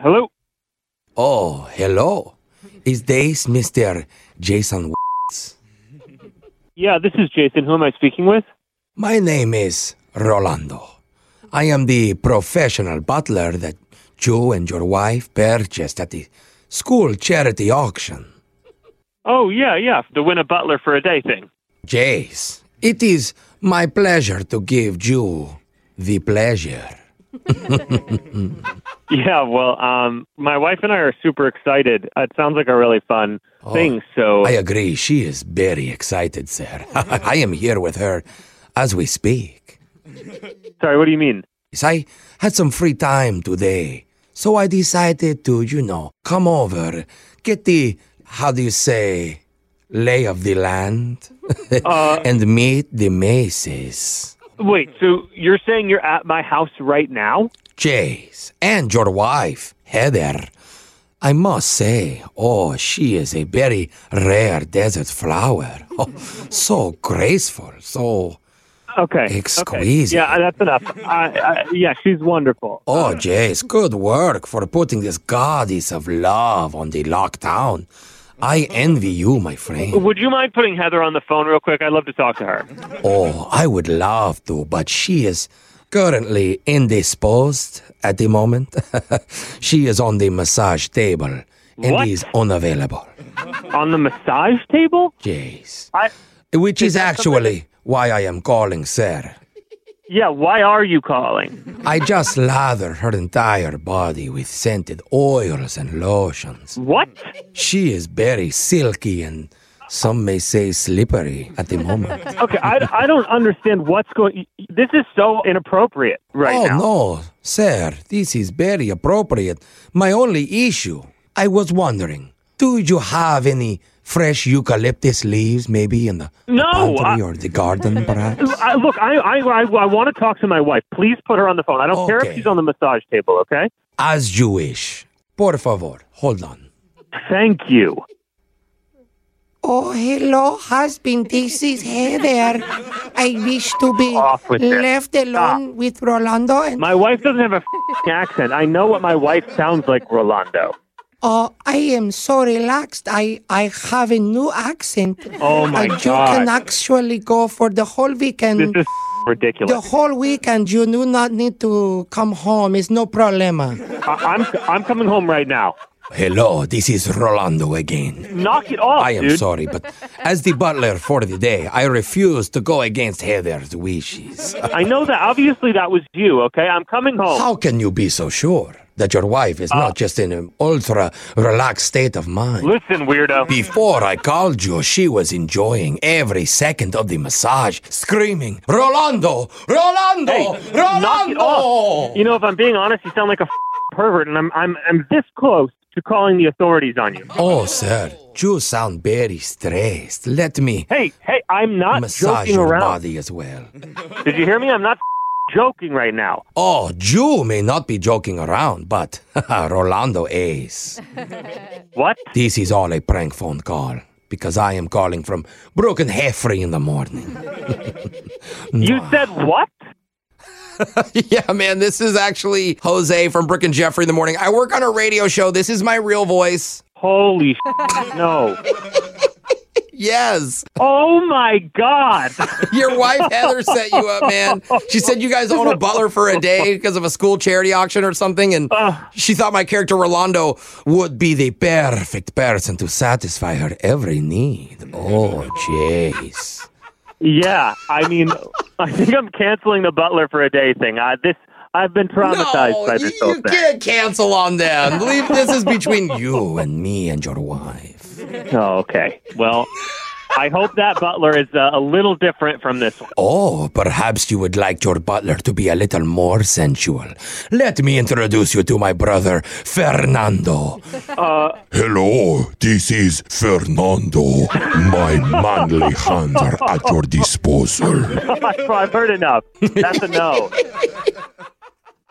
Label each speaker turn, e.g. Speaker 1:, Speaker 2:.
Speaker 1: Hello?
Speaker 2: Oh, hello. Is this Mr. Jason Watts?
Speaker 1: Yeah, this is Jason. Who am I speaking with?
Speaker 2: My name is Rolando. I am the professional butler that you and your wife purchased at the school charity auction.
Speaker 1: Oh, yeah, yeah. The win a butler for a day thing.
Speaker 2: Jace, it is my pleasure to give you the pleasure.
Speaker 1: Yeah, well, um, my wife and I are super excited. It sounds like a really fun thing, so.
Speaker 2: I agree. She is very excited, sir. I am here with her as we speak.
Speaker 1: Sorry, what do you mean?
Speaker 2: Yes, I had some free time today, so I decided to, you know, come over, get the, how do you say, lay of the land, and meet the Maces.
Speaker 1: Wait, so you're saying you're at my house right now?
Speaker 2: Jace, and your wife, Heather. I must say, oh, she is a very rare desert flower. Oh, so graceful, so.
Speaker 1: Okay. okay.
Speaker 2: Exquisite.
Speaker 1: Yeah, that's enough. I, I, yeah, she's wonderful.
Speaker 2: Oh, Jace, good work for putting this goddess of love on the lockdown. I envy you, my friend.
Speaker 1: Would you mind putting Heather on the phone real quick? I'd love to talk to her.
Speaker 2: Oh, I would love to, but she is currently indisposed at the moment. she is on the massage table and
Speaker 1: What?
Speaker 2: is unavailable.
Speaker 1: On the massage table?
Speaker 2: Jace.
Speaker 1: I,
Speaker 2: Which is actually why I am calling, sir.
Speaker 1: yeah, why are you calling?
Speaker 2: I just lather her entire body with scented oils and lotions.
Speaker 1: What?
Speaker 2: She is very silky and some may say slippery at the moment.
Speaker 1: Okay, I, I don't understand what's going This is so inappropriate right
Speaker 2: oh
Speaker 1: now.
Speaker 2: no, sir, this is very appropriate. My only issue, I was wondering, do you have any fresh eucalyptus leaves maybe in the the
Speaker 1: No,
Speaker 2: pantry
Speaker 1: I-
Speaker 2: or the garden perhaps?
Speaker 1: I, look, I, I, I, I want to talk to my wife. Please put her on the phone. I don't care
Speaker 2: Okay.
Speaker 1: if she's on the massage table, okay?
Speaker 2: As you wish. Por favor, hold on.
Speaker 1: Thank you.
Speaker 2: Oh, hello, husband. This is Heather. I wish to be
Speaker 1: Off with it. left
Speaker 2: alone with Rolando. And
Speaker 1: My wife doesn't have a f***ing accent. I know what my wife sounds like, Rolando.
Speaker 2: oh, I am so relaxed. I I have a new accent.
Speaker 1: Oh my
Speaker 2: and you
Speaker 1: god.
Speaker 2: can actually go for the whole
Speaker 1: this
Speaker 2: weekend.
Speaker 1: is ridiculous.
Speaker 2: the whole weekend, you do not need to come home. It's no problema.
Speaker 1: I, I'm I'm coming home right now.
Speaker 2: Hello, this is Rolando again.
Speaker 1: Knock it off,
Speaker 2: I am
Speaker 1: dude.
Speaker 2: sorry, but as the butler for the day, I refuse to go against Heather's wishes.
Speaker 1: I know that obviously that was you, okay? I'm coming home.
Speaker 2: How can you be so sure that your wife is
Speaker 1: Uh.
Speaker 2: not just in an ultra relaxed state of mind?
Speaker 1: Listen, weirdo.
Speaker 2: Before I called you, she was enjoying every second of the massage, screaming, Rolando! Rolando!
Speaker 1: Hey,
Speaker 2: Rolando!
Speaker 1: knock it off. You know, if I'm being honest, you sound like a f***ing pervert, and I'm I'm I'm this close to calling the authorities on you.
Speaker 2: Oh, sir, you sound very stressed. Let me
Speaker 1: Hey, hey, I'm not
Speaker 2: massage
Speaker 1: joking
Speaker 2: your
Speaker 1: around.
Speaker 2: body as well.
Speaker 1: Did you hear me? I'm not f***ing joking right now.
Speaker 2: Oh, you may not be joking around, but Rolando is.
Speaker 1: What?
Speaker 2: This is all a prank phone call because I am calling from Broken Heffrey in the morning.
Speaker 1: You said what?
Speaker 2: yeah, man, this is actually Jose from Brook and Jeffrey in the morning. I work on a radio show. This is my real voice.
Speaker 1: Holy sh- no.
Speaker 2: Yes.
Speaker 1: Oh my god.
Speaker 2: Your wife Heather set you up, man. She said you guys own a butler for a day because of a school charity auction or something, and she thought my character Rolando would be the perfect person to satisfy her every need. Oh, jeez.
Speaker 1: Yeah, I mean, I think I'm canceling the Butler for a day thing. I this I've been traumatized
Speaker 2: No,
Speaker 1: by
Speaker 2: you,
Speaker 1: this whole
Speaker 2: you
Speaker 1: thing.
Speaker 2: can't cancel on them. Leave this is between you and me and your wife.
Speaker 1: Oh, okay. Well, I hope that Butler is uh, a little different from this one.
Speaker 2: Oh, perhaps you would like your butler to be a little more sensual. Let me introduce you to my brother, Fernando.
Speaker 3: Hello, this is Fernando. My manly hands are at your disposal.
Speaker 1: I've heard enough. That's a no.